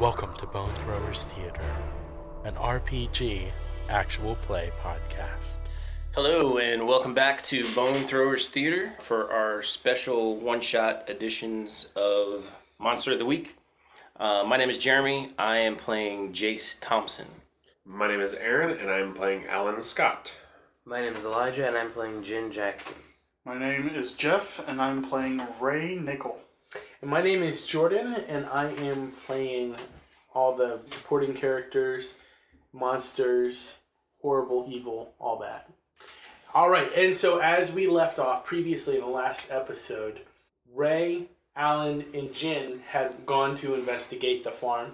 Welcome to Bone Throwers Theater, an RPG actual play podcast. Hello, and welcome back to Bone Throwers Theater for our special one shot editions of Monster of the Week. Uh, my name is Jeremy. I am playing Jace Thompson. My name is Aaron, and I'm playing Alan Scott. My name is Elijah, and I'm playing Jin Jackson. My name is Jeff, and I'm playing Ray Nickel. My name is Jordan, and I am playing all the supporting characters, monsters, horrible, evil, all that. All right, and so as we left off previously in the last episode, Ray, Alan, and Jin had gone to investigate the farm.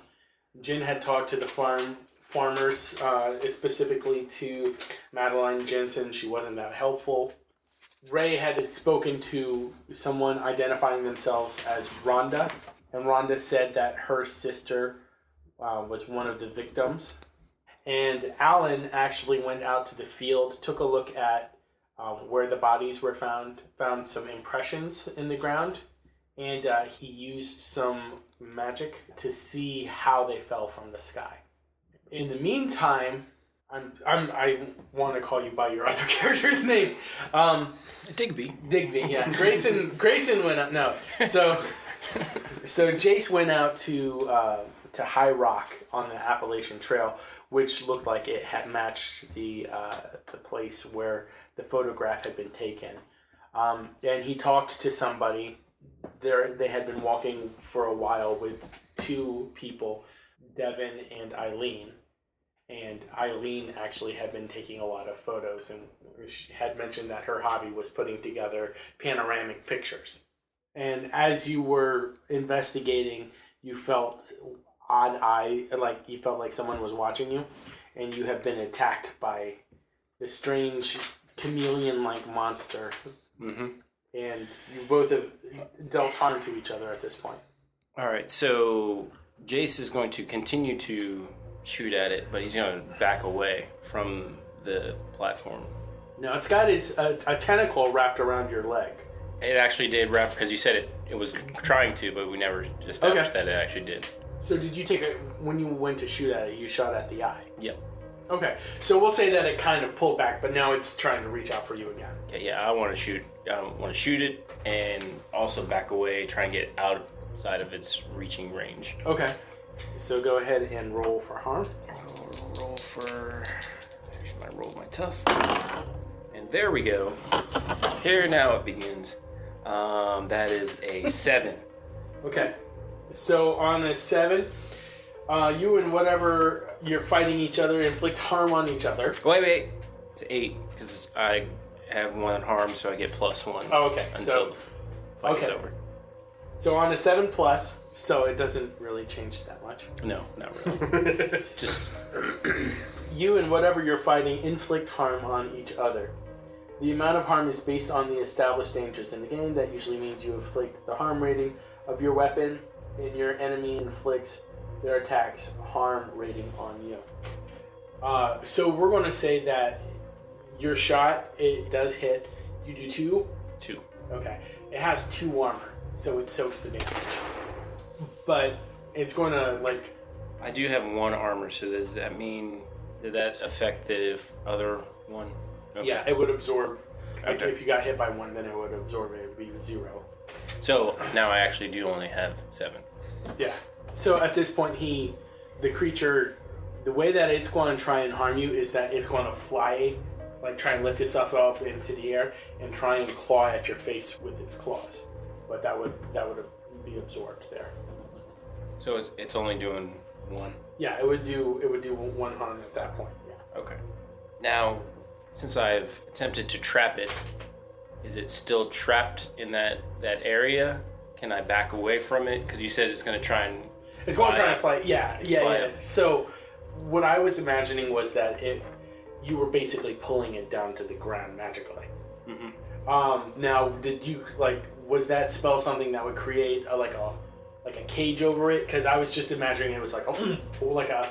Jin had talked to the farm farmers, uh, specifically to Madeline Jensen. She wasn't that helpful. Ray had spoken to someone identifying themselves as Rhonda, and Rhonda said that her sister uh, was one of the victims. And Alan actually went out to the field, took a look at um, where the bodies were found, found some impressions in the ground, and uh, he used some magic to see how they fell from the sky. In the meantime, I'm, I'm, I want to call you by your other character's name. Um, Digby. Digby, yeah. Grayson Grayson went out. No, so so Jace went out to uh, to High Rock on the Appalachian Trail, which looked like it had matched the uh, the place where the photograph had been taken. Um, and he talked to somebody. There, they had been walking for a while with two people, Devin and Eileen. And Eileen actually had been taking a lot of photos and she had mentioned that her hobby was putting together panoramic pictures. And as you were investigating, you felt odd eye, like you felt like someone was watching you, and you have been attacked by this strange chameleon like monster. hmm And you both have dealt harm to each other at this point. All right, so Jace is going to continue to shoot at it, but he's going to back away from the platform. No, it's got its a, a tentacle wrapped around your leg. It actually did wrap because you said it, it was trying to, but we never established Okay. that it actually did. So did you take a when you went to shoot at it? You shot at the eye. Yep. Okay, so we'll say that it kind of pulled back, but now it's trying to reach out for you again. Yeah, yeah, I want to shoot. I want to shoot it and also back away, try and get outside of its reaching range. Okay, so go ahead and roll for harm. Roll, roll, roll for. Here's my roll, my tough. And there we go. Here now it begins. Um, that is a seven. Okay, so on a seven, uh, you and whatever you're fighting each other inflict harm on each other. Oh, Wait, wait. It's eight because I have one harm, so I get plus one Oh, okay, until so the fight is okay. over. so on a seven plus, so it doesn't really change that much. No, not really. Just You and whatever you're fighting inflict harm on each other. The amount of harm is based on the established dangers in the game. That usually means you inflict the harm rating of your weapon, and your enemy inflicts their attack's harm rating on you. Uh, so we're going to say that your shot it does hit. You do two. two. Okay, it has two armor, so it soaks the damage. But it's going to like I do have one armor, so does that mean did that affect the f- other one? Okay. Yeah, it would absorb. Like Okay. if you got hit by one, then it would absorb it. It would be zero. So now I actually do only have seven. Yeah. So at this point, he, the creature, the way that it's going to try and harm you is that it's going to fly, like try and lift itself up into the air and try and claw at your face with its claws. But that would that would be absorbed there. So it's, it's only doing one. Yeah, it would do it would do one harm at that point. Yeah. Okay. Now, since I've attempted to trap it, is it still trapped in that that area? Can I back away from it? Because you said it's going to try and It's going Fly trying to up. fly. Yeah, yeah, Fly yeah. up. So what I was imagining was that it, you were basically pulling it down to the ground magically. Mhm. Um, now, did you like? Was that spell something that would create a, like a like a cage over it? Because I was just imagining it was like a or like a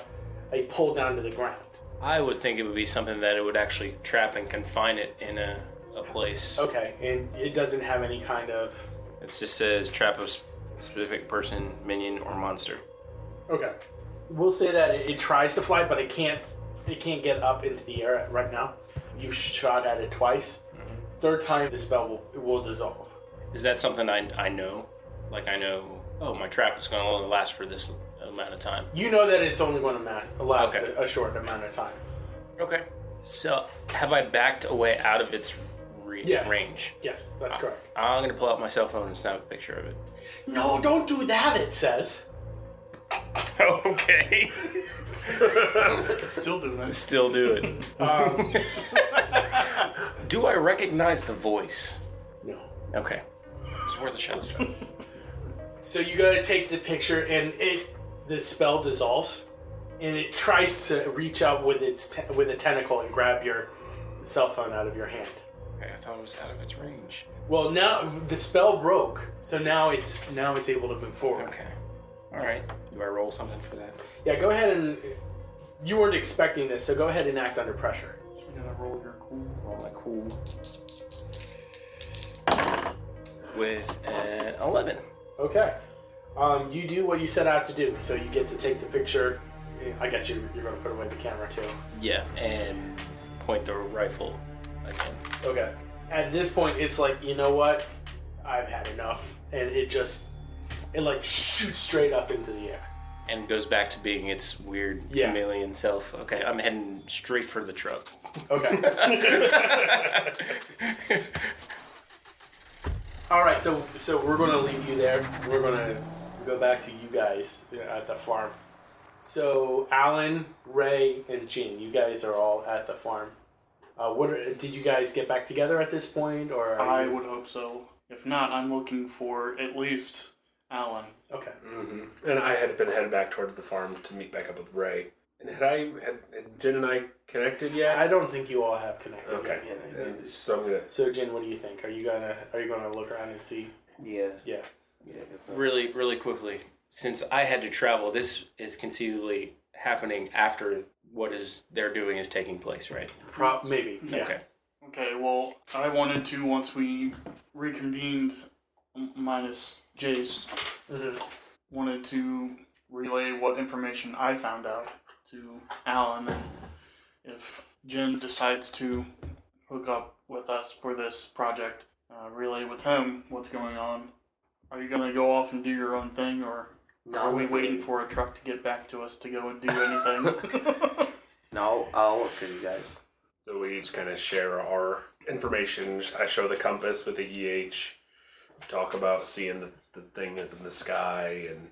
a pull down to the ground. I would think it would be something that it would actually trap and confine it in a, a place. Okay, and it doesn't have any kind of It just says trap a sp- specific person, minion, or monster. Okay. We'll say that it, it tries to fly, but it can't. It can't get up into the air right now. You shot at it twice. Third time, the spell will, it will dissolve. Is that something I, I know? Like I know, oh, my trap is going to only last for this amount of time. You know that it's only going to ma- last Okay. a, a short amount of time. Okay. So have I backed away out of its re- Yes. range? Ah. Yes, that's correct. I'm going to pull out my cell phone and snap a picture of it. No, don't do that. It says. okay. Still doing that. Still do it. Um, do I recognize the voice? no. Okay. It's worth a shot. So you gotta take the picture, and it the spell dissolves, and it tries to reach out with its te- with a tentacle and grab your cell phone out of your hand. Okay, I thought it was out of its range. Well, now the spell broke, so now it's now it's able to move forward. Okay. All right. Do I roll something for that? Yeah, go ahead and you weren't expecting this, so go ahead and act under pressure. So you gotta roll your cool. Roll my cool. With an 11. Okay. Um, you do what you set out to do, so you get to take the picture. I guess you're, you're going to put away the camera too. Yeah, and point the rifle again. Okay. At this point, it's like you know what, I've had enough, and it just it like shoots straight up into the air. And goes back to being its weird Yeah. chameleon self. Okay, I'm heading straight for the truck. Okay. All right, so so we're gonna leave you there. We're gonna go back to you guys at the farm. So Alan, Ray, and Jean, you guys are all at the farm. Uh, what are, did you guys get back together at this point, or are I you- would hope so. If not, I'm looking for at least Alan. okay? And I had been headed back towards the farm to meet back up with Ray. And had I had, had Jen and I connected yet? I don't think you all have connected. okay. Yeah. And so I'm gonna So Jin, what do you think? Are you gonna are you gonna look around and see? Yeah. Yeah. yeah it's not- really, really quickly, since I had to travel, this is conceivably happening after what is they're doing is taking place, right? Prop maybe. Yeah. Okay. Okay, well, I wanted to once we reconvened, m- minus Jace, Mhm. wanted to relay what information I found out to Alan, and if Jen decides to hook up with us for this project, uh, relay with him what's going on. Are you gonna go off and do your own thing, or are No, we waiting for a truck to get back to us to go and do anything? No, I'll work for you guys. So we each kind of share our information. I show the compass with the EH. Talk about seeing the, the thing up in the sky and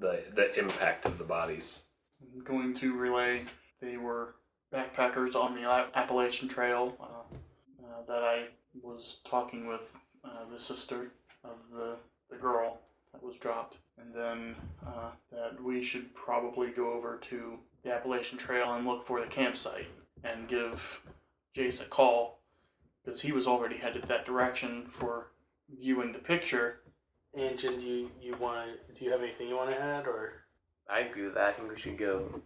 the the impact of the bodies. I'm going to relay they were backpackers on the A- Appalachian Trail uh, uh, that I was talking with uh, the sister of the, the girl that was dropped. And then uh, that we should probably go over to the Appalachian Trail and look for the campsite and give Jace a call because he was already headed that direction for viewing the picture. And Jin, do you, you want to do you have anything you want to add or? I agree with that. I think we should go.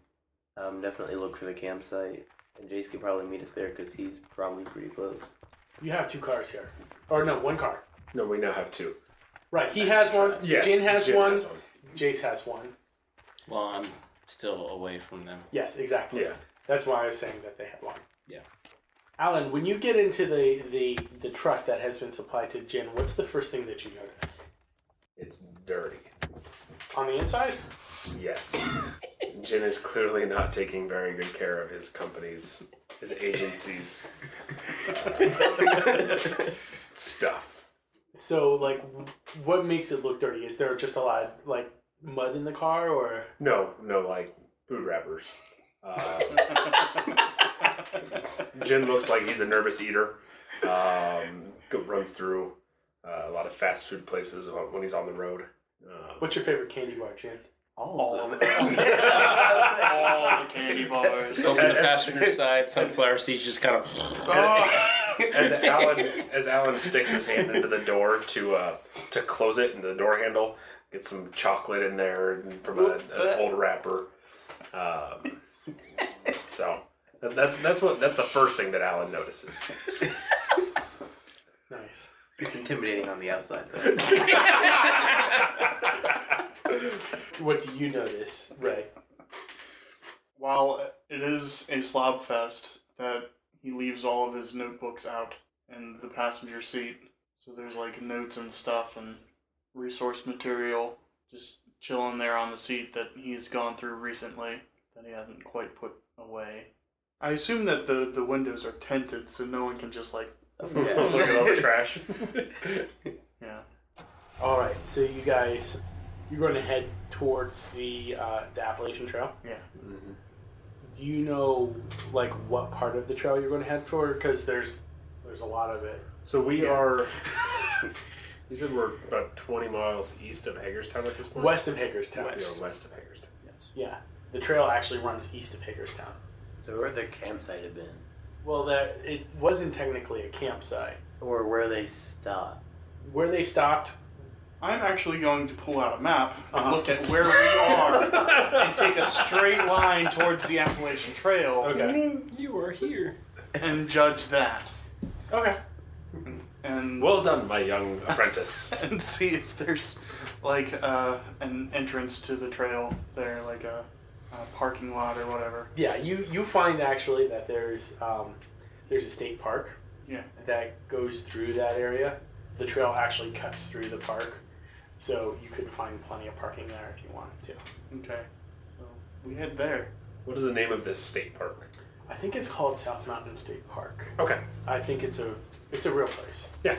Um, definitely look for the campsite. And Jace could probably meet us there because he's probably pretty close. You have two cars here, or no, one car. No, we now have two. Right, he has one. Yes, Jin has Jen one. Jace has one. Well, I'm still away from them. Yes, exactly. Yeah. That's why I was saying that they had one. Yeah. Alan, when you get into the the the truck that has been supplied to Jin, what's the first thing that you notice It's dirty. on the inside? Yes. Jin is clearly not taking very good care of his company's his agency's uh, stuff. So, like, w- what makes it look dirty? Is there just a lot of, like mud in the car, or No, no, like food wrappers. Uh, Jin looks like he's a nervous eater. Um, go- runs through uh, a lot of fast food places when when he's on the road. Um, what's your favorite candy bar, Jin? all of it. all the candy bars. So from the passenger side, sunflower seeds just kind of. as Alan as Alan sticks his hand into the door to uh, to close it into the door handle, get some chocolate in there and from a, an old wrapper. Um, so that's that's what that's the first thing that Alan notices. Nice. It's intimidating on the outside, though. What do you notice, Ray? While it is a slob fest, that he leaves all of his notebooks out in the passenger seat, so there's like notes and stuff and resource material just chilling there on the seat that he's gone through recently that he hasn't quite put away. I assume that the the windows are tinted, so no one can just like Look at all the trash. yeah. All right, so you guys, you're going to head towards the uh, the Appalachian Trail. Mm-hmm. Yeah. Do you know like what part of the trail you're going to head toward? Because there's there's a lot of it. So we are. You said we're about twenty miles east of Hagerstown at this point. West of Hagerstown. We are west of Hagerstown. Yeah, the trail actually runs east of Hagerstown. So where their campsite have been, Well, that it wasn't technically a campsite. or where they stopped. Where they stopped, I'm actually going to pull out a map and Uh-huh. look at where we are and take a straight line towards the Appalachian Trail okay, You are here. and judge that okay, and Well done, my young apprentice. and see if there's like uh, an entrance to the trail there, like a, a parking lot or whatever. yeah. You you find actually that there's um, there's a state park Yeah. that goes through that area. The trail actually cuts through the park, so you could find plenty of parking there if you wanted to. Okay. So we head there. what is the name of this state park? I think it's called South Mountain State Park. Okay. I think it's a it's a real place. Yeah.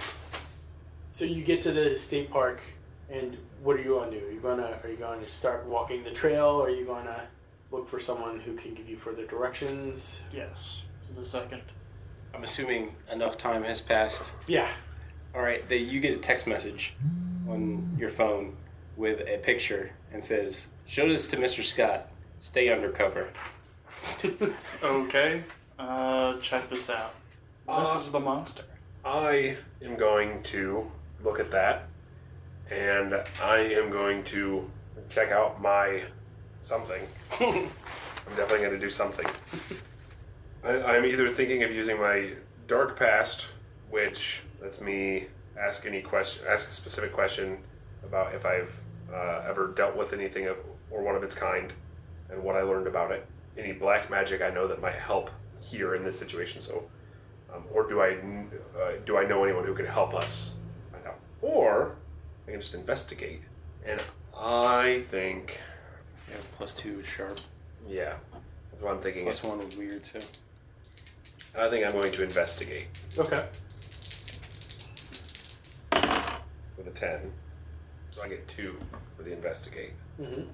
So you get to the state park, and what are you going to do? Are you going to are you going to start walking the trail? Or are you going to look for someone who can give you further directions? Yes. To the second. I'm assuming enough time has passed. Yeah. All right, that you get a text message on your phone with a picture and says, "Show this to Mr. Scott. Stay undercover." Okay. Uh, check this out. this is the monster. I am going to look at that, and I am going to check out my something. I'm definitely going to do something. I, I'm either thinking of using my dark past, which lets me ask any question, ask a specific question about if I've uh, ever dealt with anything of, or one of its kind, and what I learned about it. Any black magic I know that might help here in this situation. So um, or do I kn- uh, do I know anyone who could help us find out? Or I can just investigate. And I think, Yeah, plus two is sharp. yeah, that's what I'm thinking. Plus one was weird too. I think I'm going to investigate Okay. with a ten, so I get two for the investigate. Mhm.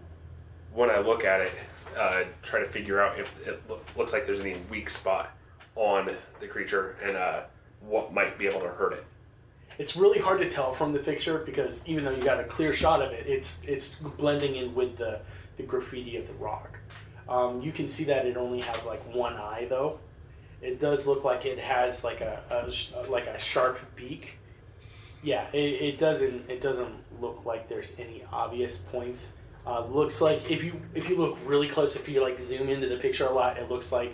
When I look at it, uh, try to figure out if it loo- looks like there's any weak spot on the creature and uh, what might be able to hurt it. It's really hard to tell from the picture because even though you got a clear shot of it, it's it's blending in with the, the graffiti of the rock. Um, you can see that it only has like one eye though. It does look like it has like a, a sh- like a sharp beak. Yeah, it, it doesn't it doesn't look like there's any obvious points. Uh, looks like if you if you look really close, if you like zoom into the picture a lot, it looks like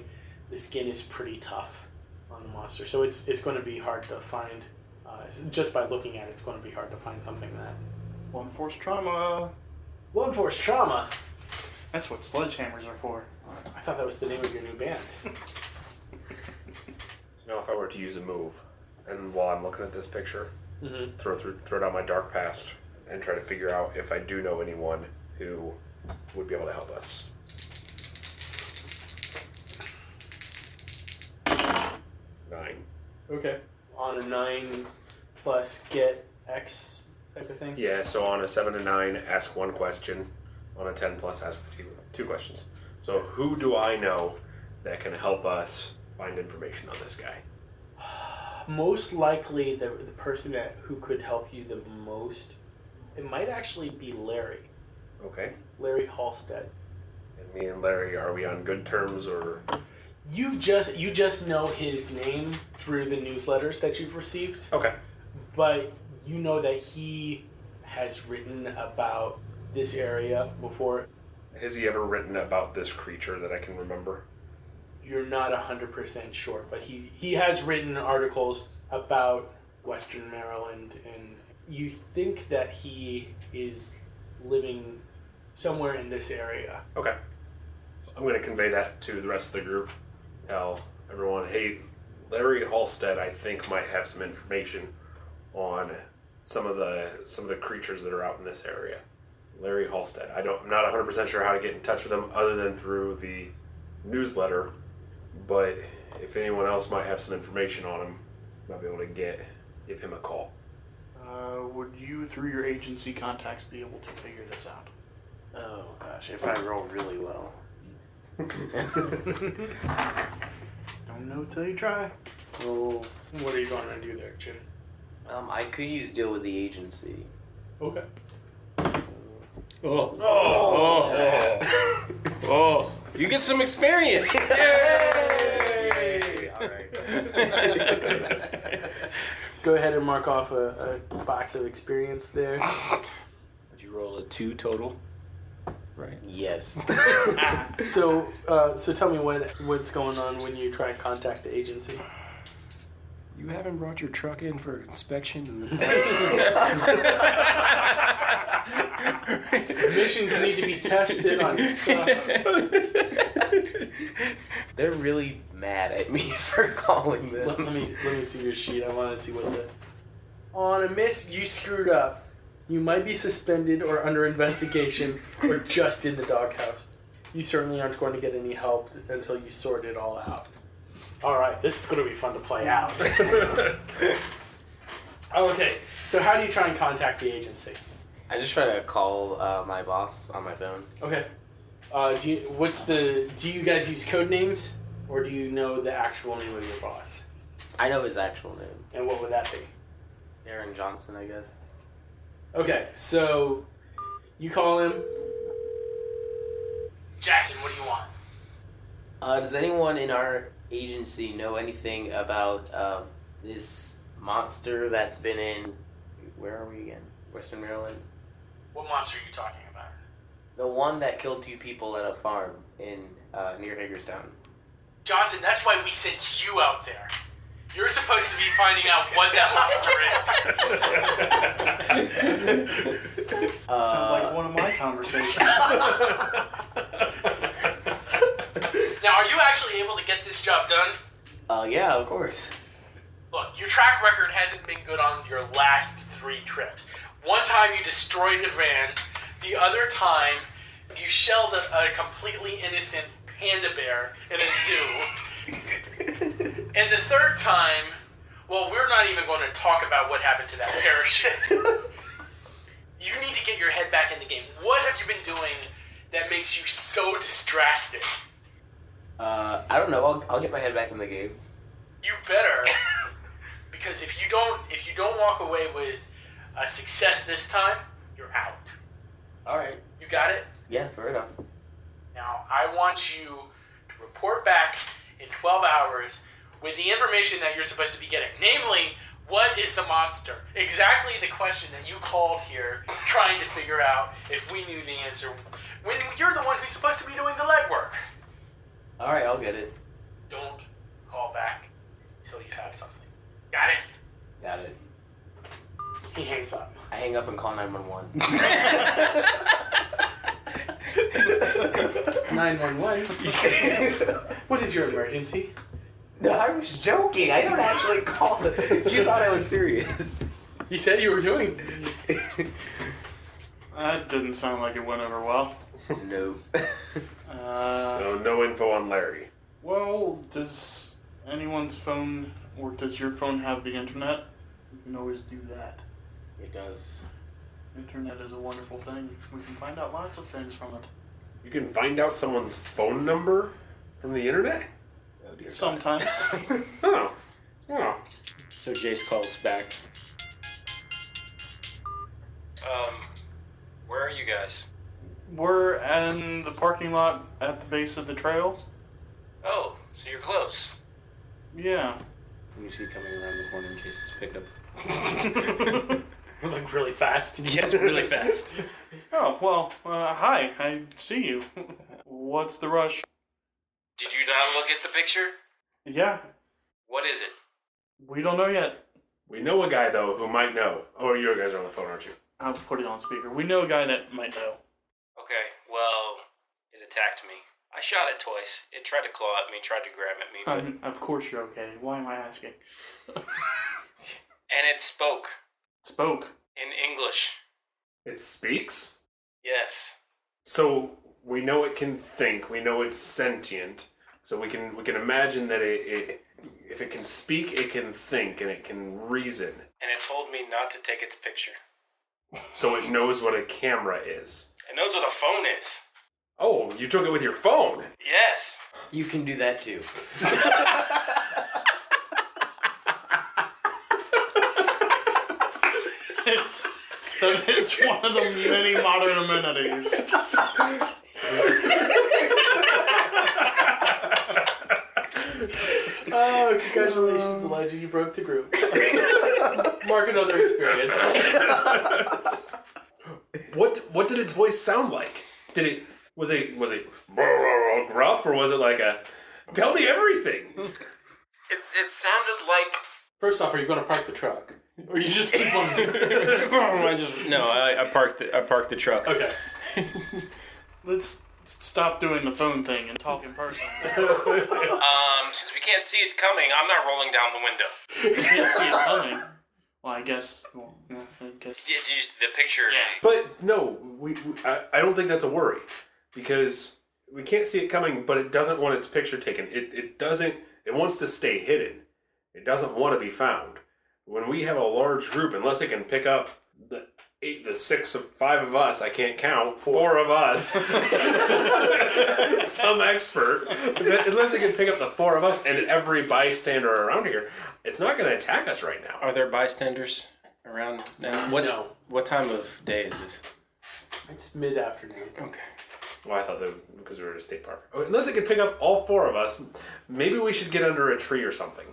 the skin is pretty tough on the monster. So it's it's going to be hard to find. Uh, s- just by looking at it, it's going to be hard to find something that. One force trauma. One Force Trauma. That's what sledgehammers are for. I thought that was the name of your new band. Now, if I were to use a move, and while I'm looking at this picture, Mm-hmm. throw through, throw down my dark past and try to figure out if I do know anyone who would be able to help us. Nine. Okay. On a nine plus get X type of thing. Yeah. So on a seven to nine, ask one question. On a ten plus, ask the two two questions. So who do I know that can help us find information on this guy? Most likely, the, the person that who could help you the most, it might actually be Larry. Okay. Larry Halstead. And me and Larry, are we on good terms or? You've just you just know his name through the newsletters that you've received. Okay. but you know that he has written about this area before. Has he ever written about this creature that I can remember? You're not 100% sure, but he, he has written articles about Western Maryland, and you think that he is living somewhere in this area. Okay. I'm going to convey that to the rest of the group. Tell everyone, hey, Larry Halstead, I think might have some information on some of the some of the creatures that are out in this area. Larry Halstead. I don't. I'm not 100 percent sure how to get in touch with him other than through the newsletter. But if anyone else might have some information on him, might be able to get give him a call. Uh, would you, through your agency contacts, be able to figure this out? Oh gosh, if I roll really well. Don't know till you try. Well, What are you going to do there, Jim? um, I could use deal with the agency. Okay. Oh. Oh. Oh. oh. You get some experience. Yay! All right. Go ahead and mark off a, a box of experience there. Did you roll a two total? Right. Yes. So, uh, so tell me what what's going on when you try and contact the agency. You haven't brought your truck in for inspection in the Missions need to be tested on. They're really mad at me for calling Let, them. let me let me see your sheet. I want to see what the. On a miss, you screwed up. You might be suspended or under investigation, or just in the doghouse. You certainly aren't going to get any help until you sort it all out. All right, this is going to be fun to play out. okay, so how do you try and contact the agency? I just try to call uh, my boss on my phone. Okay. Uh, do you, what's the do you guys use code names or do you know the actual name of your boss? I know his actual name, And what would that be? Aaron Johnson, I guess. Okay, so you call him. Jackson, what do you want? Uh, does anyone in our agency know anything about uh, this monster that's been in? Where are we again? Western Maryland. What monster are you talking about? The one that killed two people at a farm in uh, near Hagerstown. Johnson, that's why we sent you out there. You're supposed to be finding out what that monster is. Uh, Sounds like one of my conversations. Now, are you actually able to get this job done? Uh, yeah, of course. Look, your track record hasn't been good on your last three trips. One time you destroyed a van, the other time you shelled a, a completely innocent panda bear in a zoo, and the third time, well, we're not even going to talk about what happened to that parachute. you need to get your head back in the game. What have you been doing that makes you so distracted? Uh, I don't know. I'll, I'll get my head back in the game. you better because if you don't if you don't walk away with a success this time you're out All right. you got it Yeah, fair enough. now i want you to report back in 12 hours with the information that you're supposed to be getting namely what is the monster exactly the question that you called here trying to figure out if we knew the answer when you're the one who's supposed to be doing the legwork All right, I'll get it. don't call back until you have something got it Got it. he hangs up I hang up and call nine one one. 911. what is your emergency? No, I was joking. I don't actually call the. You thought I was serious. You said you were doing. that didn't sound like it went over well. Nope. Uh, so no info on Larry. well, does anyone's phone or does your phone have the internet? You can always do that. It does. Internet is a wonderful thing. We can find out lots of things from it. You can find out someone's phone number from the internet. Oh dear. Sometimes. Oh. Oh. So Jace calls back. Um, where are you guys? We're in the parking lot at the base of the trail. Oh, so you're close. Yeah. You see coming around the corner in case it's pickup. Like really fast. Yes, really fast. Oh, well, uh, hi, I see you. What's the rush? Did you not look at the picture? Yeah, What is it? we don't know yet. We know a guy though who might know. Oh, you guys are on the phone, aren't you? I'll put it on speaker. We know a guy that might know. Okay, well, it attacked me. I shot it twice. It tried to claw at me, tried to grab at me, but, Um, of course you're okay. Why am I asking? and it spoke Spoke. in English. It speaks. Yes. So we know it can think. We know it's sentient. So we can we can imagine that it, it if it can speak, it can think and it can reason. And it told me not to take its picture. So it knows what a camera is. It knows what a phone is. Oh, you took it with your phone. Yes. You can do that too. That is one of the many modern amenities. Oh, congratulations, Elijah! You broke the group. Mark another experience. What what did its voice sound like? Did it was it was it gruff or was it like a tell me everything? It, it sounded like. First off, are you going to park the truck, or you just keep on? I just no. I, I parked. The, I parked the truck. okay. Let's stop doing the phone thing and talk in person. Um, since we can't see it coming, I'm not rolling down the window. Can't see it coming. Well, I guess. Well, yeah, I guess. Did you, the picture. Yeah. But no, we, we I, I don't think that's a worry because we can't see it coming, but it doesn't want its picture taken. It it doesn't it wants to stay hidden. It doesn't want to be found. When we have a large group, unless it can pick up the eight, the six of five of us, I can't count, four of us, some expert, But unless it can pick up the four of us and every bystander around here, it's not going to attack us right now. Are there bystanders around now? What No, what time of day is this? it's mid afternoon. Okay. Well, I thought that because we were at a state park. Oh, Unless it could pick up all four of us, maybe we should get under a tree or something.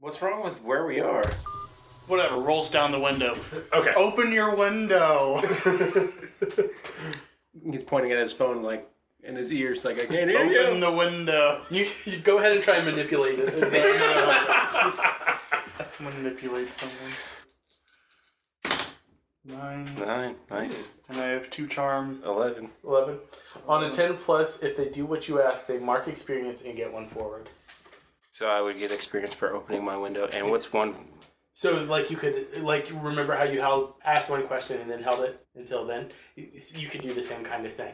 What's wrong with where we are? Whatever, rolls down the window. Okay. Oh. Open your window! He's pointing at his phone like in his ears, like I can't hear Open you. the window! You, you go ahead and try and manipulate it. Manipulate someone. Nine. Nine, nice. And I have two charm. Hmm. Eleven. Eleven. On a ten plus, if they do what you ask, they mark experience and get one forward. So I would get experience for opening my window. And what's one? So like you could like remember how you held asked one question and then held it until then. You you could do the same kind of thing.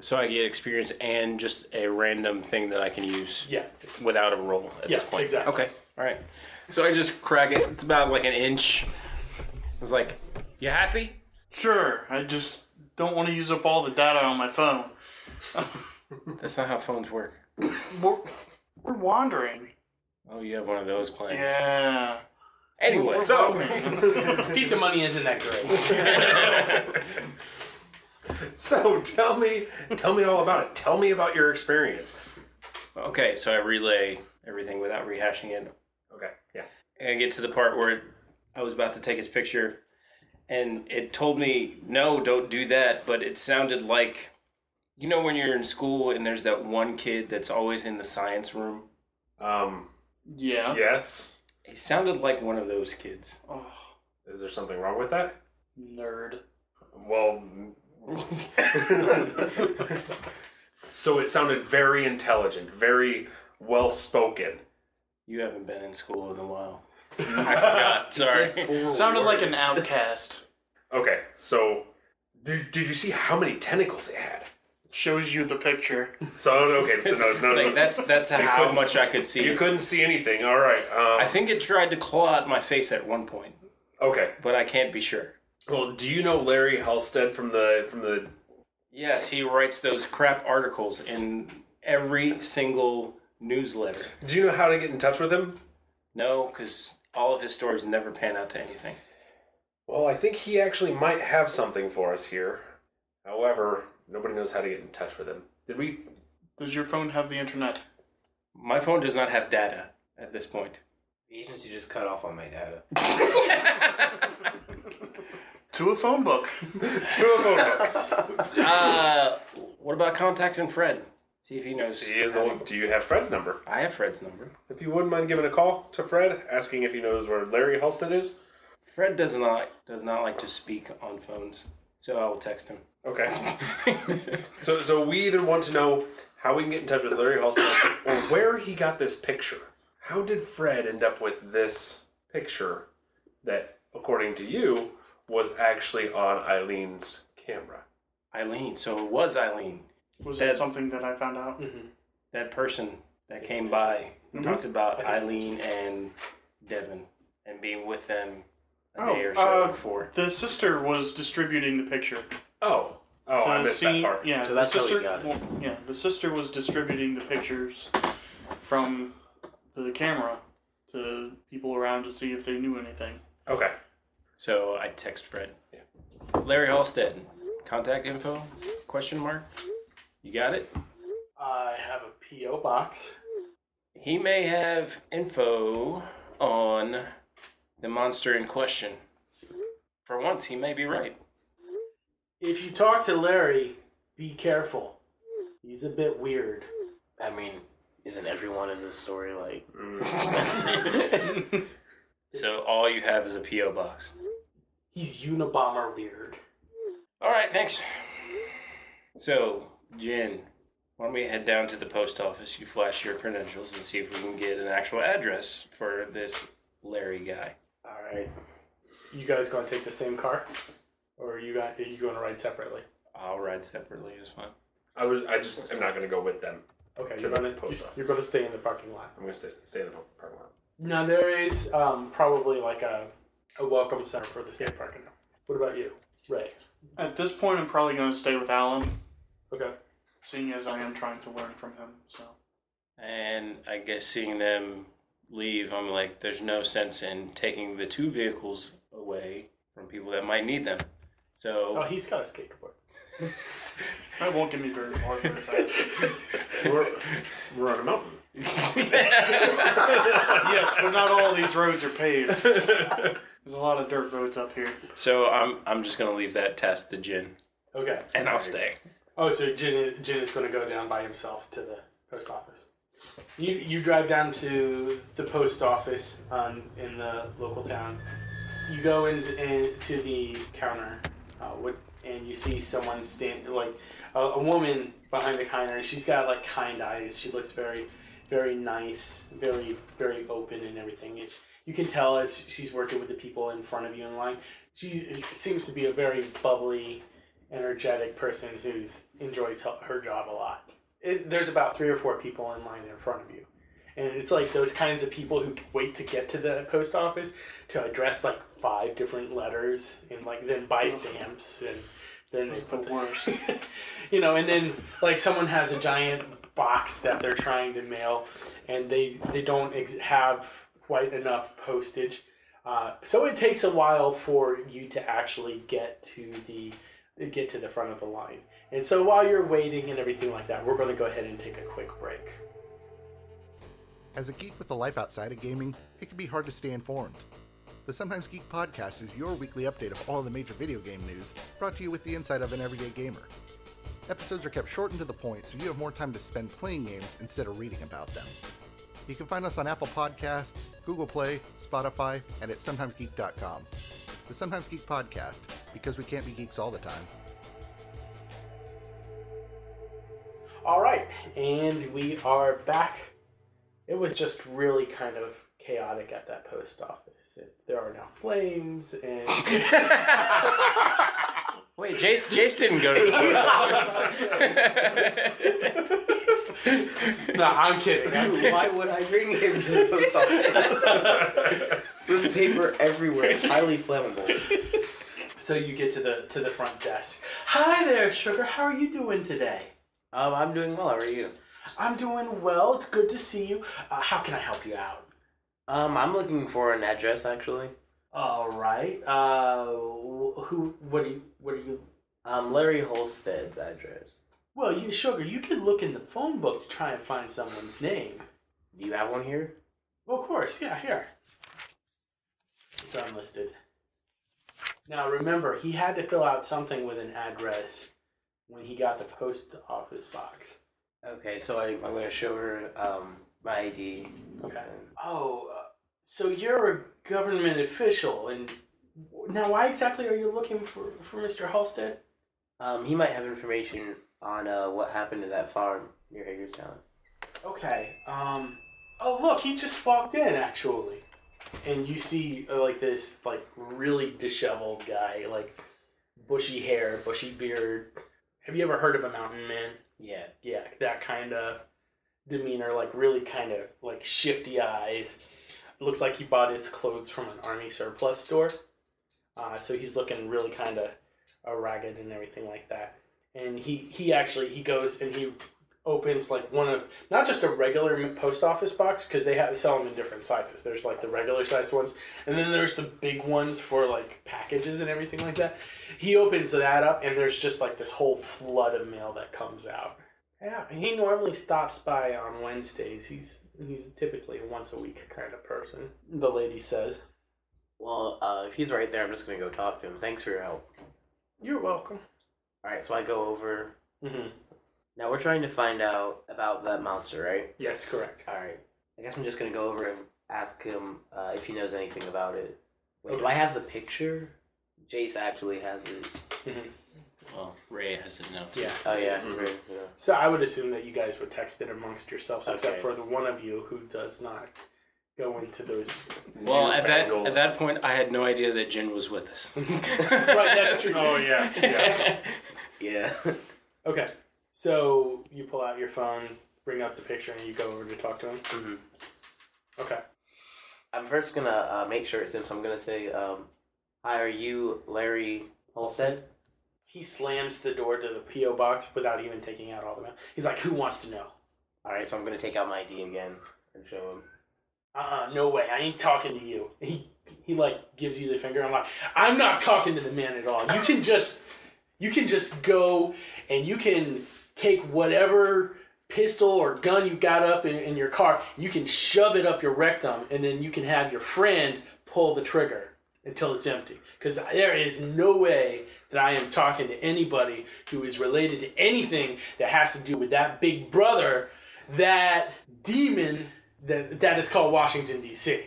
So I get experience and just a random thing that I can use Yeah. without a roll at Yeah, this point. exactly. Okay. All right. So I just crack it. It's about like an inch. I was like, "You happy?" Sure, I just don't want to use up all the data on my phone. That's not how phones work. We're, we're wandering. Oh, you have one of those plans. Yeah. Anyway, So. Pizza money isn't that great. So tell me, tell me all about it. Tell me about your experience. okay, so I relay everything without rehashing it. Okay. Yeah. and I get to the part where it, I was about to take his picture, and it told me, "No, don't do that." But it sounded like, you know, when you're in school and there's that one kid that's always in the science room. Um. Yeah. Yes. He sounded like one of those kids. Oh, Is there something wrong with that? nerd. Well. so it sounded very intelligent, very well spoken. You haven't been in school in a while. I forgot. Sorry. Sounded like an outcast. Okay. So, did, did you see how many tentacles it had? Shows you the picture. So okay. So no, no, It's no. like that's that's how couldn't- much I could see. You couldn't see anything. All right. Um, I think it tried to claw at my face at one point, Okay. but I can't be sure. Well, do you know Larry Halstead from the from the? Yes, he writes those crap articles in every single newsletter. Do you know how to get in touch with him? No, because all of his stories never pan out to anything. Well, I think he actually might have something for us here. However, nobody knows how to get in touch with him. Did we? Does your phone have the internet? My phone does not have data at this point. The agency just cut off on my data. Uh, To a phone book. Two of them. Uh, what about contacting Fred? See if he knows. he is the one. Do you have Fred's number? I have Fred's number. If you wouldn't mind giving a call to Fred, asking if he knows where Larry Halstead is. Fred does not does not like to speak on phones, so I will text him. Okay. so, so we either want to know how we can get in touch with Larry Halstead or where he got this picture. How did Fred end up with this picture that, according to you, was actually on Eileen's camera? Eileen. So it was Eileen. Was That- that something that I found out? That person that came by we talked about Eileen and Devin and being with them a Oh, day or so uh, before. The sister was distributing the picture. Oh, oh, I Uh, missed that see- part. Yeah, So the that's how he sister. got it. well, yeah, the sister was distributing the pictures from the camera to people around to see if they knew anything. Okay. So I text Fred. Larry Halstead. Contact info? Question mark. You got it. I have a PO box. He may have info on the monster in question. For once, he may be right. If you talk to Larry, be careful. He's a bit weird. I mean, isn't everyone in this story like? Mm. So all you have is a PO box. He's Unabomber weird. All right, thanks. So, Jen, why don't we head down to the post office? You flash your credentials and see if we can get an actual address for this Larry guy. All right. You guys gonna take the same car, or you got are you gonna ride separately? I'll ride separately. It's fine. I was. I just. I'm not going to go with them. Okay, To you're the gonna post you're- You're office. gonna stay in the parking lot. I'm going to stay, stay in the parking lot. Now there is um, probably like a, a welcome center for the state parking. lot. What about you, Ray? At this point, I'm probably going to stay with Alan, Okay. seeing as I am trying to learn from him. So And I guess seeing them leave, I'm like, there's no sense in taking the two vehicles away from people that might need them. Oh, So, he's got a skateboard. that won't get me very far very fast. We're, we're on a mountain. yes, but not all these roads are paved. There's a lot of dirt roads up here. so I'm I'm just gonna leave that test to Jen, Okay. and I'll stay. Oh, so Jin is, Jin is going to go down by himself to the post office. You you drive down to the post office um, in the local town. You go in, in to the counter, uh, what, and you see someone stand like a, a woman behind the counter. and She's got like kind eyes. She looks very very nice, very very open and everything. It, you can tell as she's working with the people in front of you in line. She seems to be a very bubbly, energetic person who enjoys her, her job a lot. It, there's about three or four people in line in front of you. And it's like those kinds of people who wait to get to the post office to address like five different letters and like then buy stamps and then It's they the put worst. you know, and then like someone has a giant box that they're trying to mail, and they they don't ex- have quite enough postage, uh, so it takes a while for you to actually get to the get to the front of the line. And so while you're waiting and everything like that, we're going to go ahead and take a quick break. As a geek with a life outside of gaming, it can be hard to stay informed. The Sometimes Geek Podcast is your weekly update of all the major video game news, brought to you with the insight of an everyday gamer. Episodes are kept short and to the point so you have more time to spend playing games instead of reading about them. You can find us on Apple Podcasts, Google Play, Spotify, and at SometimesGeek.com. The Sometimes Geek Podcast, because we can't be geeks all the time. All right, and we are back. It was just really kind of chaotic at that post office. There are now flames and. Wait, Jace Jace didn't go to the post office. no, I'm kidding. I'm kidding. Why would I bring him to the post office? There's paper everywhere. It's highly flammable. So you get to the to the front desk. Hi there, sugar. How are you doing today? Um, I'm doing well. How are you? I'm doing well. It's good to see you. Uh, how can I help you out? Um, I'm looking for an address actually. All right. Uh, wh- who? What do you? What are you? Um, Larry Holstead's address. Well, you sugar, you could look in the phone book to try and find someone's name. Do you have one here? Well, of course, yeah, here. It's unlisted. Now remember, he had to fill out something with an address when he got the post office box. Okay, so I, I'm gonna show her um my ID. Okay. Oh, uh, so you're a government official, and now why exactly are you looking for, for Mr. Halstead? Um, he might have information on uh what happened to that farm near Hagerstown. Okay. Um. Oh, look, he just walked in actually, and you see uh, like this like really disheveled guy, like bushy hair, bushy beard. Have you ever heard of a mountain man? Yeah. Yeah, that kind of demeanor, like really kind of like shifty eyes. Looks like he bought his clothes from an army surplus store. Uh, so he's looking really kind of uh, ragged and everything like that. And he he actually he goes and he opens like one of not just a regular m- post office box because they have they sell them in different sizes. There's like the regular sized ones, and then there's the big ones for like packages and everything like that. He opens that up, and there's just like this whole flood of mail that comes out. Yeah, and he normally stops by on Wednesdays. He's he's typically a once a week kind of person. The lady says, Well, uh, if he's right there, I'm just gonna go talk to him. Thanks for your help. "You're welcome." All right, so I go over. Mm-hmm. Now we're trying to find out about that monster, right? Yes, correct. All right. I guess I'm just gonna go over and ask him uh, if he knows anything about it. Wait, do Okay. I have the picture? Jace actually has it. Mm-hmm. Well, Ray has it now. Yeah. Oh yeah. Mhm. right, yeah. So I would assume that you guys were texted amongst yourselves, except Okay. for the one of you who does not go into those. Well, at that Newfangled. at that point, I had no idea that Jin was with us. right, that's true. Oh yeah, yeah. Yeah. Okay. So you pull out your phone, bring up the picture, and you go over to talk to him. Mhm. Okay. I'm first gonna uh, make sure it's him, so I'm gonna say, um, "Hi, are you Larry Olsen?" He slams the door to the PO box without even taking out all the mail. He's like, "Who wants to know?" All right, so I'm gonna take out my ID again and show him. Uh, uh no way. I ain't talking to you. He he like gives you the finger. I'm like, I'm not talking to the man at all. You can just you can just go and you can take whatever pistol or gun you got up in, in your car. You can shove it up your rectum, and then you can have your friend pull the trigger until it's empty. Because there is no way that I am talking to anybody who is related to anything that has to do with that big brother, that demon that that is called Washington D.C.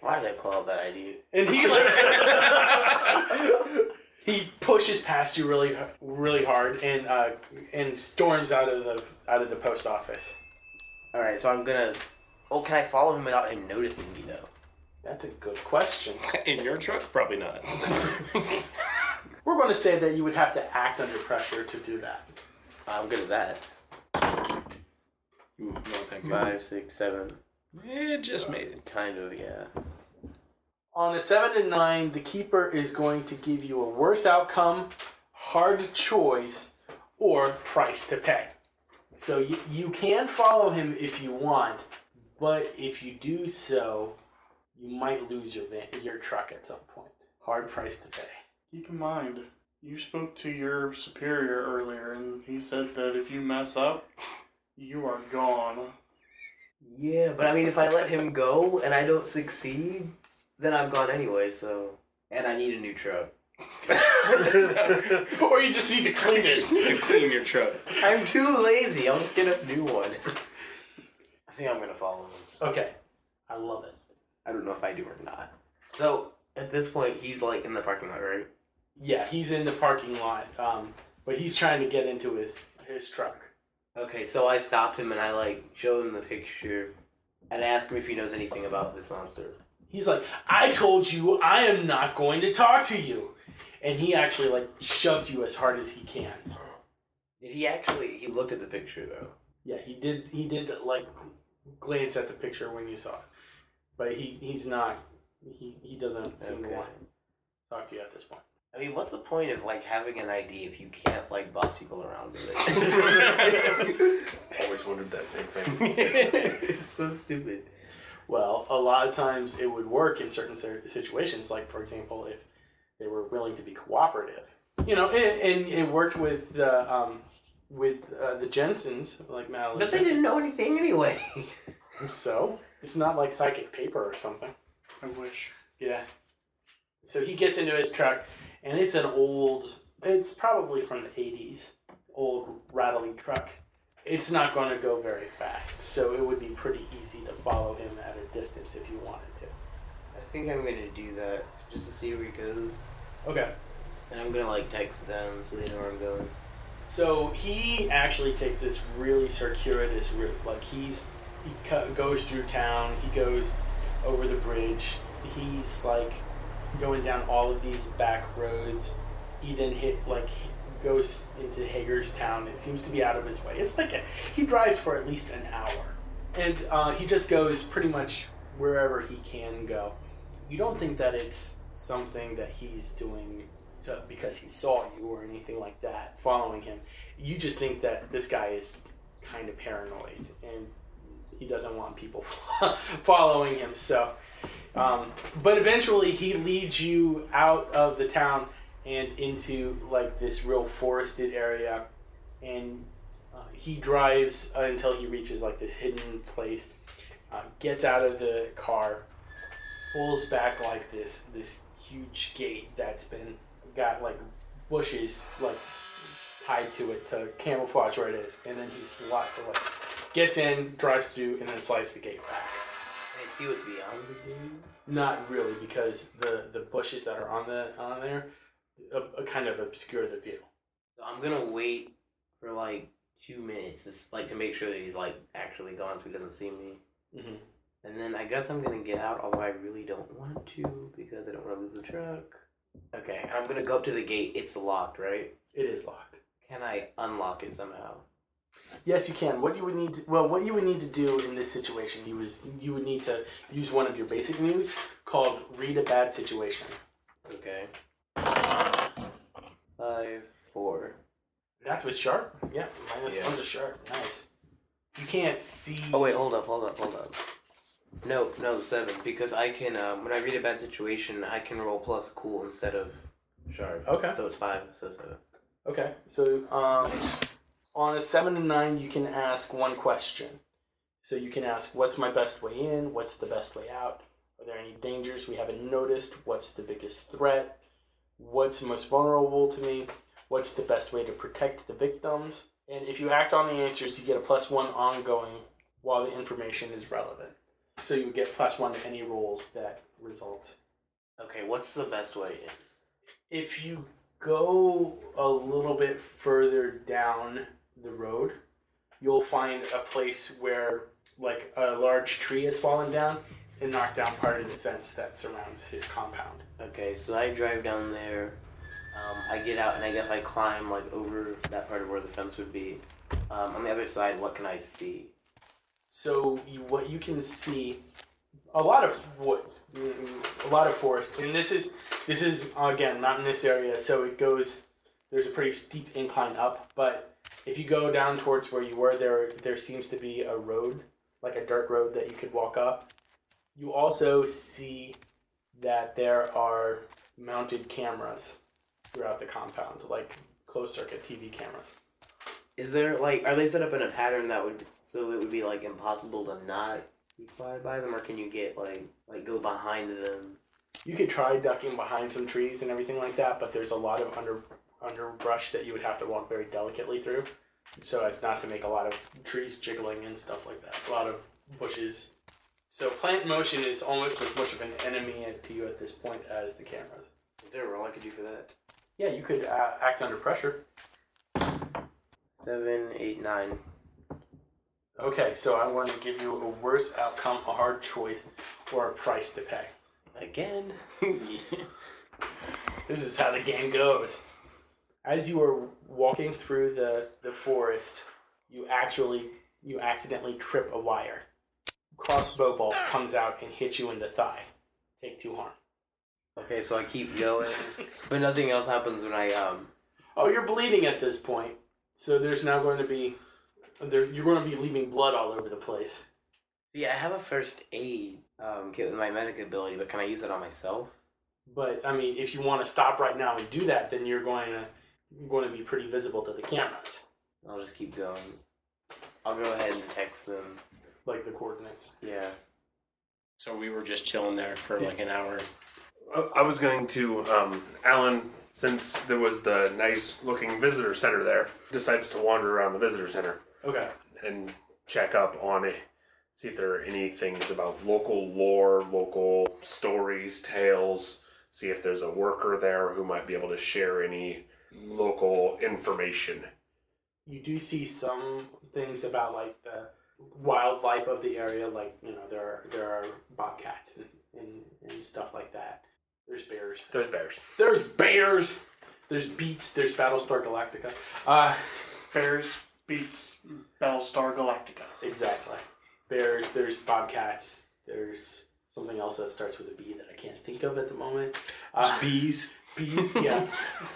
Why did I pull out that ID? And he like he pushes past you really really hard and uh, and storms out of the out of the post office. All right, so I'm gonna. Oh, can I follow him without him noticing me though? That's a good question. In your truck, probably not. We're going to say that you would have to act under pressure to do that. I'm good at that. Ooh, no, thank you. Five, six, seven. Eh, just made it. Kind of, yeah. On a seven and nine, the keeper is going to give you a worse outcome, hard choice, or price to pay. So you, you can follow him if you want, but if you do so, you might lose your van, your truck at some point. Hard price to pay. Keep in mind, you spoke to your superior earlier, and he said that if you mess up, you are gone. Yeah, but I mean, if I let him go and I don't succeed, then I'm gone anyway. So, and I need a new truck. or you just need to clean it. You clean your truck. I'm too lazy. I'll just get a new one. I think I'm gonna follow him. Okay, I love it. I don't know if I do or not. So at this point, he's like in the parking lot, right? Yeah, he's in the parking lot, um, but he's trying to get into his his truck. Okay, so I stop him and I like show him the picture, and I ask him if he knows anything about this monster. He's like, I told you I am not going to talk to you. And he actually like shoves you as hard as he can. Did he actually? He looked at the picture though. Yeah, he did he did like glance at the picture when you saw it. But he he's not he, he doesn't seem to Okay. want to talk to you at this point. I mean, what's the point of like having an ID if you can't like boss people around with it? Always wondered that same thing. it's so stupid. Well, a lot of times it would work in certain cer- situations, like for example, if they were willing to be cooperative. you know, and, and it worked with the um, with uh, the Jensens, like Madeline. But they Jensen. didn't know anything anyway. So it's not like psychic paper or something. I wish. Yeah. So he gets into his truck, and it's an old. It's probably from the '80s, old rattling truck. It's not going to go very fast, so it would be pretty easy to follow him at a distance if you wanted to. I think I'm gonna do that just to see where he goes, Okay. and I'm gonna like text them so they know where I'm going. So he actually takes this really circuitous route. Like he's he co- goes through town. He goes over the bridge. He's like going down all of these back roads. He then hit like he goes into Hagerstown. It seems to be out of his way. It's like a, he drives for at least an hour, and uh, he just goes pretty much wherever he can go. You don't think that it's something that he's doing to, because he saw you or anything like that following him. You just think that this guy is kind of paranoid and he doesn't want people following him. So, um, but eventually he leads you out of the town and into like this real forested area, and uh, he drives until he reaches like this hidden place. Uh, gets out of the car, pulls back like this this huge gate that's been got like bushes like tied to it to camouflage where it is, and then he slides like gets in, drives through, and then slides the gate back. Can I see what's beyond the game? Not really, because the the bushes that are on the on there uh, kind of obscure the view. So I'm gonna wait for like two minutes, just like to make sure that he's like actually gone, so he doesn't see me. Mm-hmm. Mhm. And then I guess I'm gonna get out, although I really don't want to because I don't want to lose the truck. Okay, and I'm gonna go up to the gate. It's locked, right? It is locked. Can I unlock it somehow? Yes, you can. What you would need, to, well, what you would need to do in this situation, you was you would need to use one of your basic moves called "Read a Bad Situation." Okay. Five, four. That's with sharp. Yeah, minus Yeah. one to sharp. Nice. You can't see. Oh wait, hold up, hold up, hold up. No, no, seven. Because I can, um, when I read a bad situation, I can roll plus cool instead of sharp. Okay. So it's five. So seven. Okay, so um, on a seven and nine, you can ask one question. So you can ask, "What's my best way in? What's the best way out? Are there any dangers we haven't noticed? What's the biggest threat? What's most vulnerable to me? What's the best way to protect the victims?" And if you act on the answers, you get a plus one ongoing while the information is relevant. So you would get plus one to any rolls that result Okay, what's the best way in? if you go a little bit further down the road, you'll find a place where like a large tree has fallen down and knocked down part of the fence that surrounds his compound. Okay, so I drive down there. Um, I get out and I guess I climb like over that part of where the fence would be. Um, on the other side, what can I see? So you, what you can see, a lot of woods, mm, mm, a lot of forest, and this is this is again mountainous area, so it goes. There's a pretty steep incline up, but if you go down towards where you were, there there seems to be a road, like a dirt road that you could walk up. You also see that there are mounted cameras throughout the compound, like closed circuit TV cameras. Is there like are they set up in a pattern that would so it would be like impossible to not be spotted by them, or can you get like like go behind them? You could try ducking behind some trees and everything like that, but there's a lot of under underbrush that you would have to walk very delicately through, so as not to make a lot of trees jiggling and stuff like that. A lot of bushes. So plant motion is almost as much of an enemy to you at this point as the cameras. Is there a roll I could do for that? Yeah, you could uh, act under pressure. Seven, eight, nine. Okay, so I want to give you a worse outcome, a hard choice, or a price to pay. Again. This is how the game goes. As you are walking through the, the forest, you actually you accidentally trip a wire. Crossbow bolt comes out and hits you in the thigh. Take two harm. Okay, so I keep going, but nothing else happens when I um. Oh, you're bleeding at this point. So there's now going to be there, you're going to be leaving blood all over the place. Yeah, I have a first aid um kit with my medic ability, but can I use it on myself? But I mean, if you want to stop right now and do that, then you're going to you're going to be pretty visible to the cameras, I'll just keep going. I'll go ahead and text them. like the coordinates. Yeah. So we were just chilling there for like an hour. I- Oh, I was going to, um, Alan, since there was the nice looking visitor center there, decides to wander around the visitor center Okay. and check up on it, see if there are any things about local lore, local stories, tales, see if there's a worker there who might be able to share any local information. you do see some things about like the wildlife of the area like you know there are there are bobcats and, and, and stuff like that there's bears There's bears. there's bears there's beats there's battlestar galactica uh Bears beats Battlestar Galactica. exactly bears there's bobcats there's something else that starts with a b that i can't think of at the moment uh, Bees. bees yeah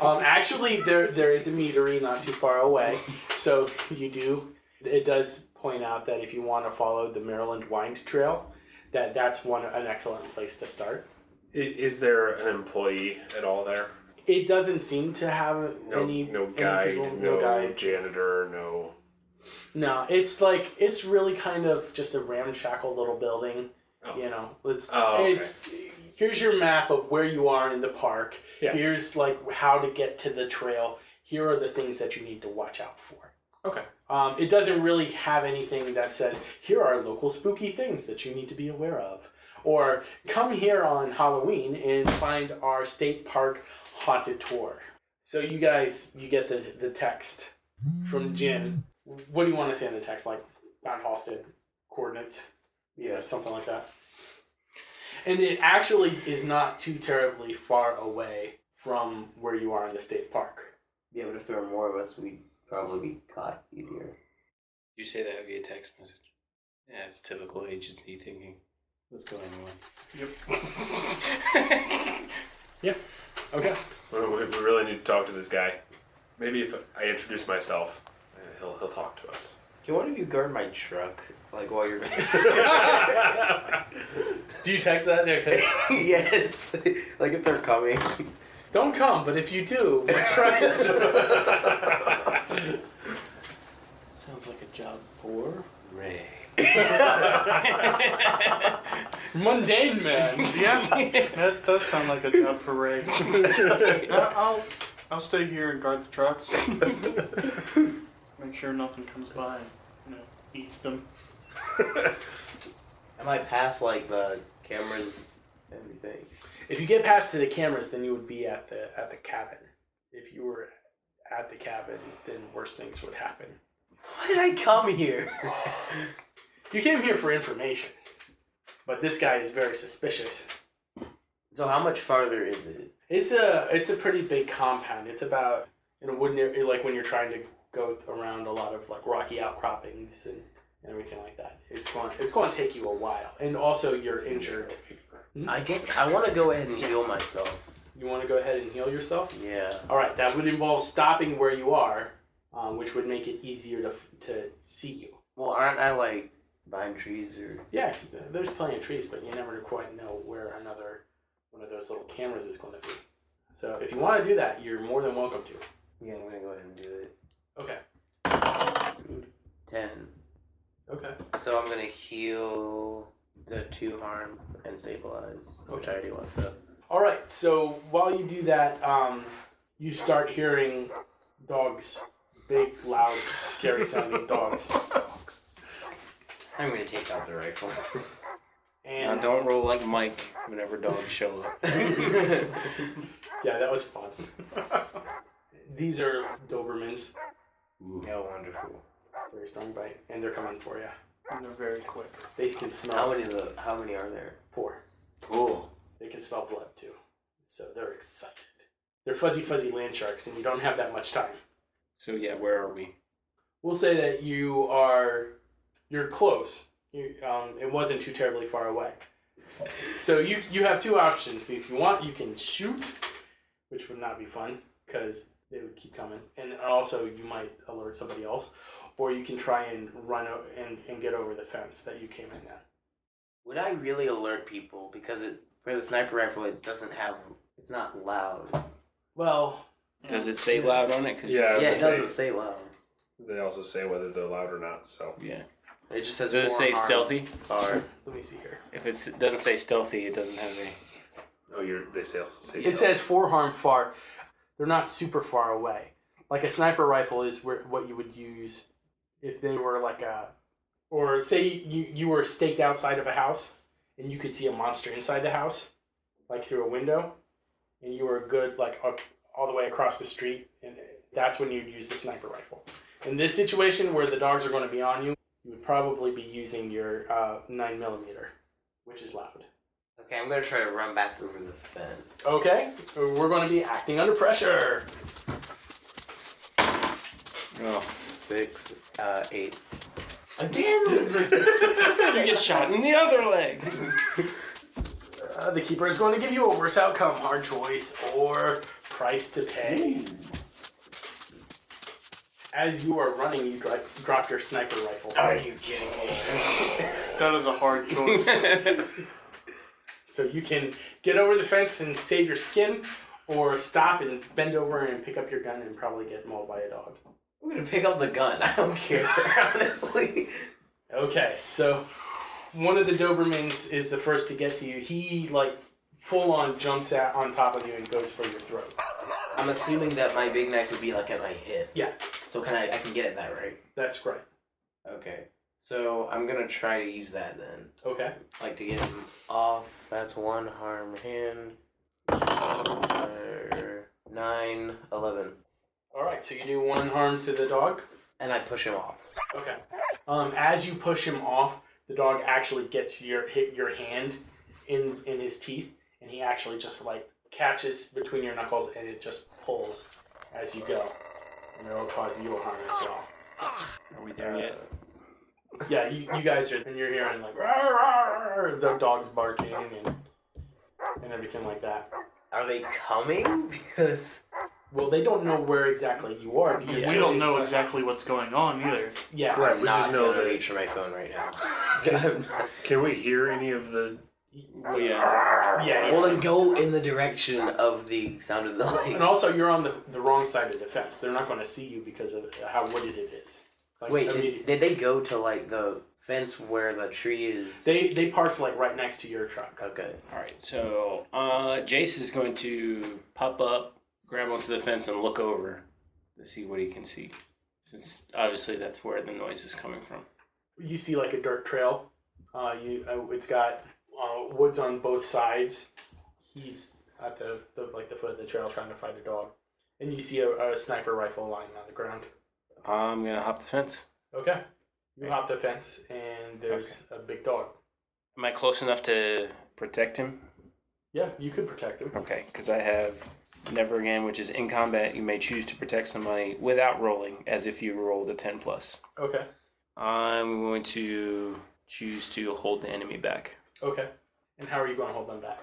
um, actually there there is a meadery not too far away so you do it does point out that if you want to follow the maryland wind trail that that's one an excellent place to start I- Is there an employee at all there? it doesn't seem to have No, any no any guide, people- no, guides. janitor, no. no it's like it's really kind of just a ramshackle little building Oh. you know it's Oh, okay. it's here's your map of where you are in the park Yeah. here's like how to get to the trail here are the things that you need to watch out for Okay. um, it doesn't really have anything that says here are local spooky things that you need to be aware of or come here on halloween and find our state park haunted tour so you guys you get the, the text from jin what do you want to say in the text like on halsted coordinates yeah, something like that. And it actually is not too terribly far away from where you are in the state park. Yeah, but if there were more of us, we'd probably be caught easier. You say that via text message. Yeah, it's typical agency thinking. Let's go anyway. Yep. Okay. We we- we really need to talk to this guy. Maybe if I introduce myself, uh, he'll he'll talk to us. Can one of you guard my truck? Like while you're. Do you text that there? 'Cause- yes. like if they're coming. Don't come, but if you do, my truck is just- Sounds like a job for Ray. mundane man. Yeah, that does sound like a job for Ray. Uh, I'll, I'll stay here and guard the trucks. Make sure nothing comes by and you know, eats them. Am I past like the cameras, everything? If you get past to the cameras, then you would be at the at the cabin. If you were at the cabin, then worse things would happen. Why did I come here? You came here for information, but this guy is very suspicious. so how much farther is it? It's a it's a pretty big compound. It's about in a wooden area, like when you're trying to go around a lot of like rocky outcroppings and, and everything like that. It's going it's going to take you a while, and also you're injured. I guess I want to go ahead and heal myself. You want to go ahead and heal yourself. Yeah. All right, that would involve stopping where you are, um, which would make it easier to to see you. Well, aren't I like behind trees or? Yeah, there's plenty of trees, but you never quite know where another one of those little cameras is going to be. So if you want to do that, you're more than welcome to. Yeah, I'm gonna go ahead and do it. Okay. Ten. Okay. So I'm gonna heal the two harm and stabilize, which I already was. So All right. So while you do that, um, you start hearing dogs, big, loud, scary-sounding dogs, I'm gonna take out the rifle. Now and don't roll like Mike whenever dogs show up. yeah, that was fun. These are Dobermans, yeah, wonderful. very strong bite, and they're coming for you. And they're very quick. They can How smell many? Lo- how many are there? poor. Cool. They can smell blood too, so they're excited. They're fuzzy, fuzzy land sharks, and you don't have that much time. So yeah, where are we? We'll say that you are you're close. You, um, it wasn't too terribly far away. So you you have two options. If you want, you can shoot, which would not be fun because they would keep coming, and also you might alert somebody else, or you can try and run o- and and get over the fence that you came in at. Would I really alert people? Because it For the sniper rifle, it doesn't have. It's not loud. Well, Does it say loud on it? 'Cause you- Yeah, I was yeah, it gonna doesn't say loud. They also say whether they're loud or not. So Yeah. It just says. Does it say forearm stealthy? Or let me see here. If it's, it doesn't say stealthy, it doesn't have any. oh, you're they say also say. It stealth. says four harm far. They're not super far away. Like a sniper rifle is where, what you would use if they were like a, or say you you were staked outside of a house and you could see a monster inside the house, like through a window, and you were good like up, all the way across the street, and that's when you'd use the sniper rifle. In this situation where the dogs are going to be on you, you would probably be using your uh, nine millimeter, which is loud. okay, I'm gonna try to run back over the fence. Okay, we're going to be acting under pressure. Six, uh, eight. Again. You get shot in the other leg. Uh, the keeper is going to give you a worse outcome, hard choice, or price to pay. As you are running, you dri- drop your sniper rifle. Are you kidding me? That is a hard choice. So you can get over the fence and save your skin, or stop and bend over and pick up your gun and probably get mauled by a dog. I'm gonna pick up the gun. I don't care, honestly. Okay, so one of the Dobermans is the first to get to you. He, like, full on jumps out on top of you and goes for your throat. I'm assuming that my big knife would be like at my hip. Yeah, So can I? I can get at that, right? that's great. Okay. So I'm gonna try to use that then. Okay. Like to get him off. That's one harm hand. Another Nine, eleven, Alright, so you do one harm to the dog. and I push him off. Okay. Um, as you push him off, the dog actually gets your hit your hand in in his teeth, and he actually just like catches between your knuckles, and it just pulls as you go, and it'll cause you a harm as well. Are we there yet? Yeah, you, you guys are, and you're hearing like "Rar, rar, rar," the dogs barking and and everything like that. Are they coming? Because Well, they don't know where exactly you are because we don't know it's, uh, exactly what's going on either. Yeah, Right, I'm we just not know gonna that- reach for my phone right now. I'm not. Can we hear any of the? Well, yeah. yeah. Well, then go in the direction of the sound of the And light. also, you're on the, the wrong side of the fence. They're not going to see you because of how wooded it is. Like, Wait, immediately- did, did they go to like the fence where the tree is? they they parked like right next to your truck. Okay. All right. So uh, Jace is going to pop up, grab onto the fence, and look over to see what he can see. Since obviously that's where the noise is coming from. You see like a dirt trail. Uh, you uh, it's got uh, woods on both sides. He's at the, the like the foot of the trail trying to find a dog, and you see a, a sniper rifle lying on the ground. I'm gonna hop the fence. Okay, you hop the fence, and there's a big dog. Am I close enough to protect him? Yeah, you could protect him. Okay, because I have never again, which is in combat, you may choose to protect somebody without rolling, as if you rolled a ten plus. Okay, I'm going to choose to hold the enemy back. okay. And how are you going to hold them back?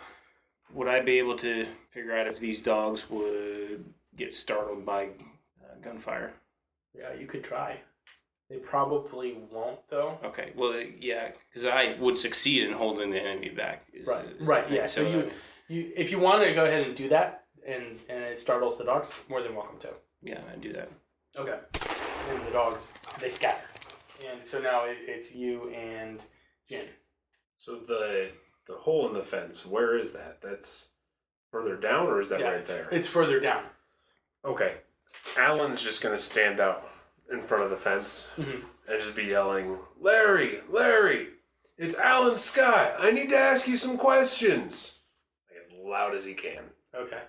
Would I be able to figure out if these dogs would get startled by uh, gunfire? Yeah, you could try. They probably won't though. Okay, well, uh, yeah, because I would succeed in holding the enemy back. is the- Right, is the right, thing. uh, yeah. So, you, you, if you want to go ahead and do that, and and it startles the dogs, more than welcome to. yeah, I do that. Okay. And the dogs they scatter, and so now it, it's you and Jin. So the the hole in the fence. Where is that? That's further down, or is that right it's, there? it's further down. Okay. Alan's just gonna stand out in front of the fence Mhm. and just be yelling, Larry, Larry, it's Alan Scott. I need to ask you some questions. Like as loud as he can. Okay.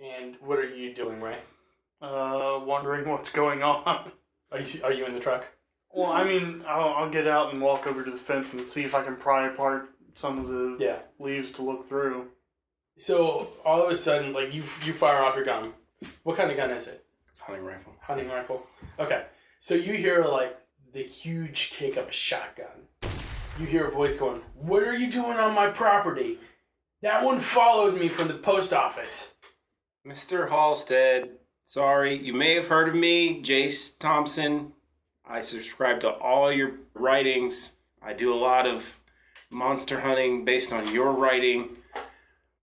And what are you doing, Ray? Uh, wondering what's going on. Are you are you in the truck? Well, I mean, I'll, I'll get out and walk over to the fence and see if I can pry apart some of the Yeah. leaves to look through. So all of a sudden, like you you fire off your gun. What kind of gun is it? It's hunting rifle. hunting rifle. Okay, so you hear like the huge kick of a shotgun. You hear a voice going, "What are you doing on my property?" That one followed me from the post office. Mr. Halstead, sorry, you may have heard of me, Jace Thompson. I subscribe to all your writings. I do a lot of monster hunting based on your writing.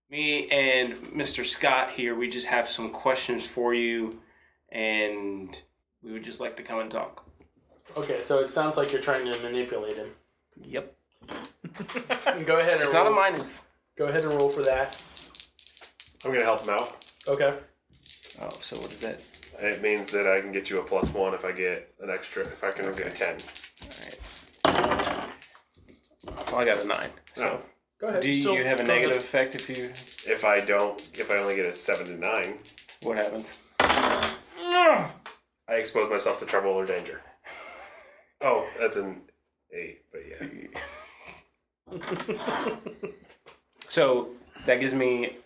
Me and Mr. Scott here, we just have some questions for you, and we would just like to come and talk. Okay, so it sounds like you're trying to manipulate him. Yep. Go ahead and It's roll. not a minus. Go ahead and roll for that. I'm gonna help him out. Okay. Oh, so what is that? It means that I can get you a plus one if I get an extra. If I can get a ten. Well, I got a nine. No. Go ahead. Do you, Still- you have Oh. a go ahead. negative effect if you? If I don't, if I only get a seven to nine, What happens? I expose myself to trouble or danger. Oh, that's an eight, but yeah. So that gives me.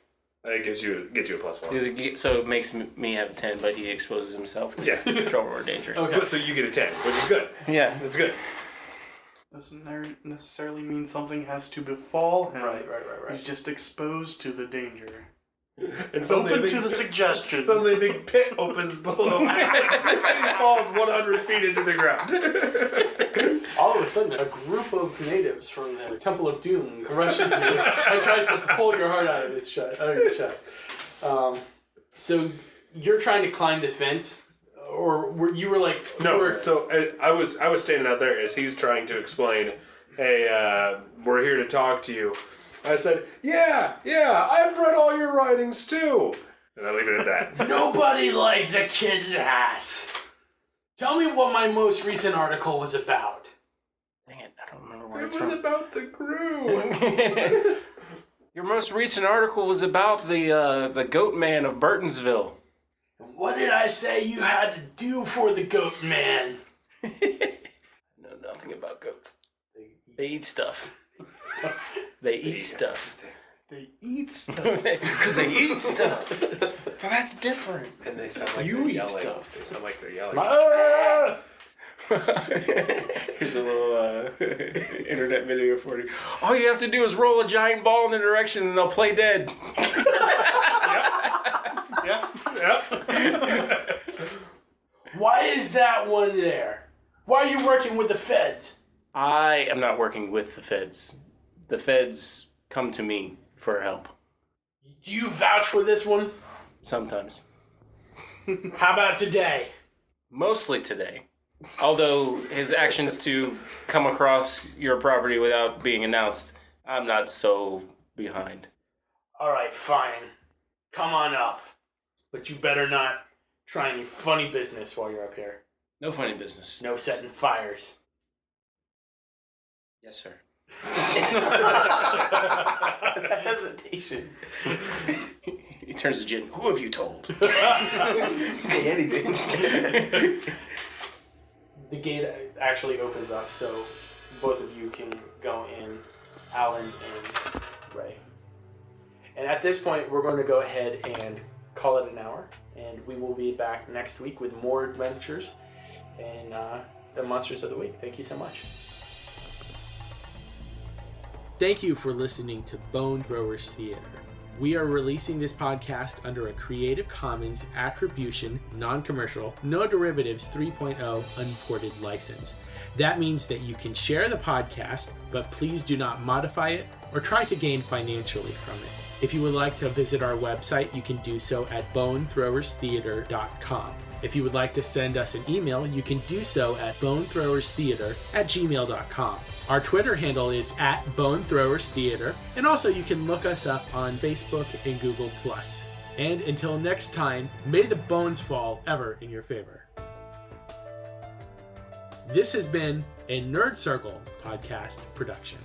It gives you gets you a plus one. Does it get, so it makes m- me have a ten, but he exposes himself to Yeah. trouble or danger. But- So you get a ten, which is good. Yeah. That's good. Doesn't there- necessarily mean something has to befall him. Right, right, right, He's right. just exposed to the danger. And suddenly Open they- to the suggestion. Suddenly, a big pit opens below. me. he falls 100 feet into the ground. All of a sudden, a group of natives from the Temple of Doom rushes you and tries to pull your heart out of its chest. Out of your chest. Um, so you're trying to climb the fence, or were, you were like, no, we're- so uh, I, I was I was standing out there as he's trying to explain. Hey, uh, we're here to talk to you. I said, Yeah, yeah, I've read all your writings too. And I leave it at that. Nobody likes a kid's ass. Tell me what my most recent article was about. Dang it! I don't remember where it it's was from. about the crew. Your most recent article was about the uh, the goat man of Burtonsville. What did I say you had to do for the goat man? I know nothing about goats. They eat stuff. they eat stuff. They eat stuff. Because they eat stuff. But that's different. and they sound like You they're eat yelling. stuff. They sound like they're yelling. Here's a little uh, internet video for you. All you have to do is roll a giant ball in the direction and they'll play dead. Why is that one there? Why are you working with the feds? I am not working with the feds. The feds come to me for help Do you vouch for this one? sometimes. How about today? Mostly today. Although his actions to come across your property without being announced, I'm not so behind. All right, fine. Come on up. But you better not try any funny business while you're up here. No funny business. No setting fires. Yes, sir. Hesitation. He turns to Jin. Who have you told? Say anything. The gate actually opens up, so both of you can go in, Alan and Ray. And at this point, we're going to go ahead and call it an hour, and we will be back next week with more adventures and uh, the monsters of the week. Thank you so much. Thank you for listening to Bone Throwers Theater. We are releasing this podcast under a Creative Commons Attribution, Non Commercial, No Derivatives 3.0 Unported license. That means that you can share the podcast, but please do not modify it or try to gain financially from it. If you would like to visit our website, you can do so at bonethrowerstheater.com. If you would like to send us an email, you can do so at bonethrowerstheater at gmail.com. Our Twitter handle is at bonethrowerstheater, and also you can look us up on Facebook and Google. And until next time, may the bones fall ever in your favor. This has been a Nerd Circle podcast production.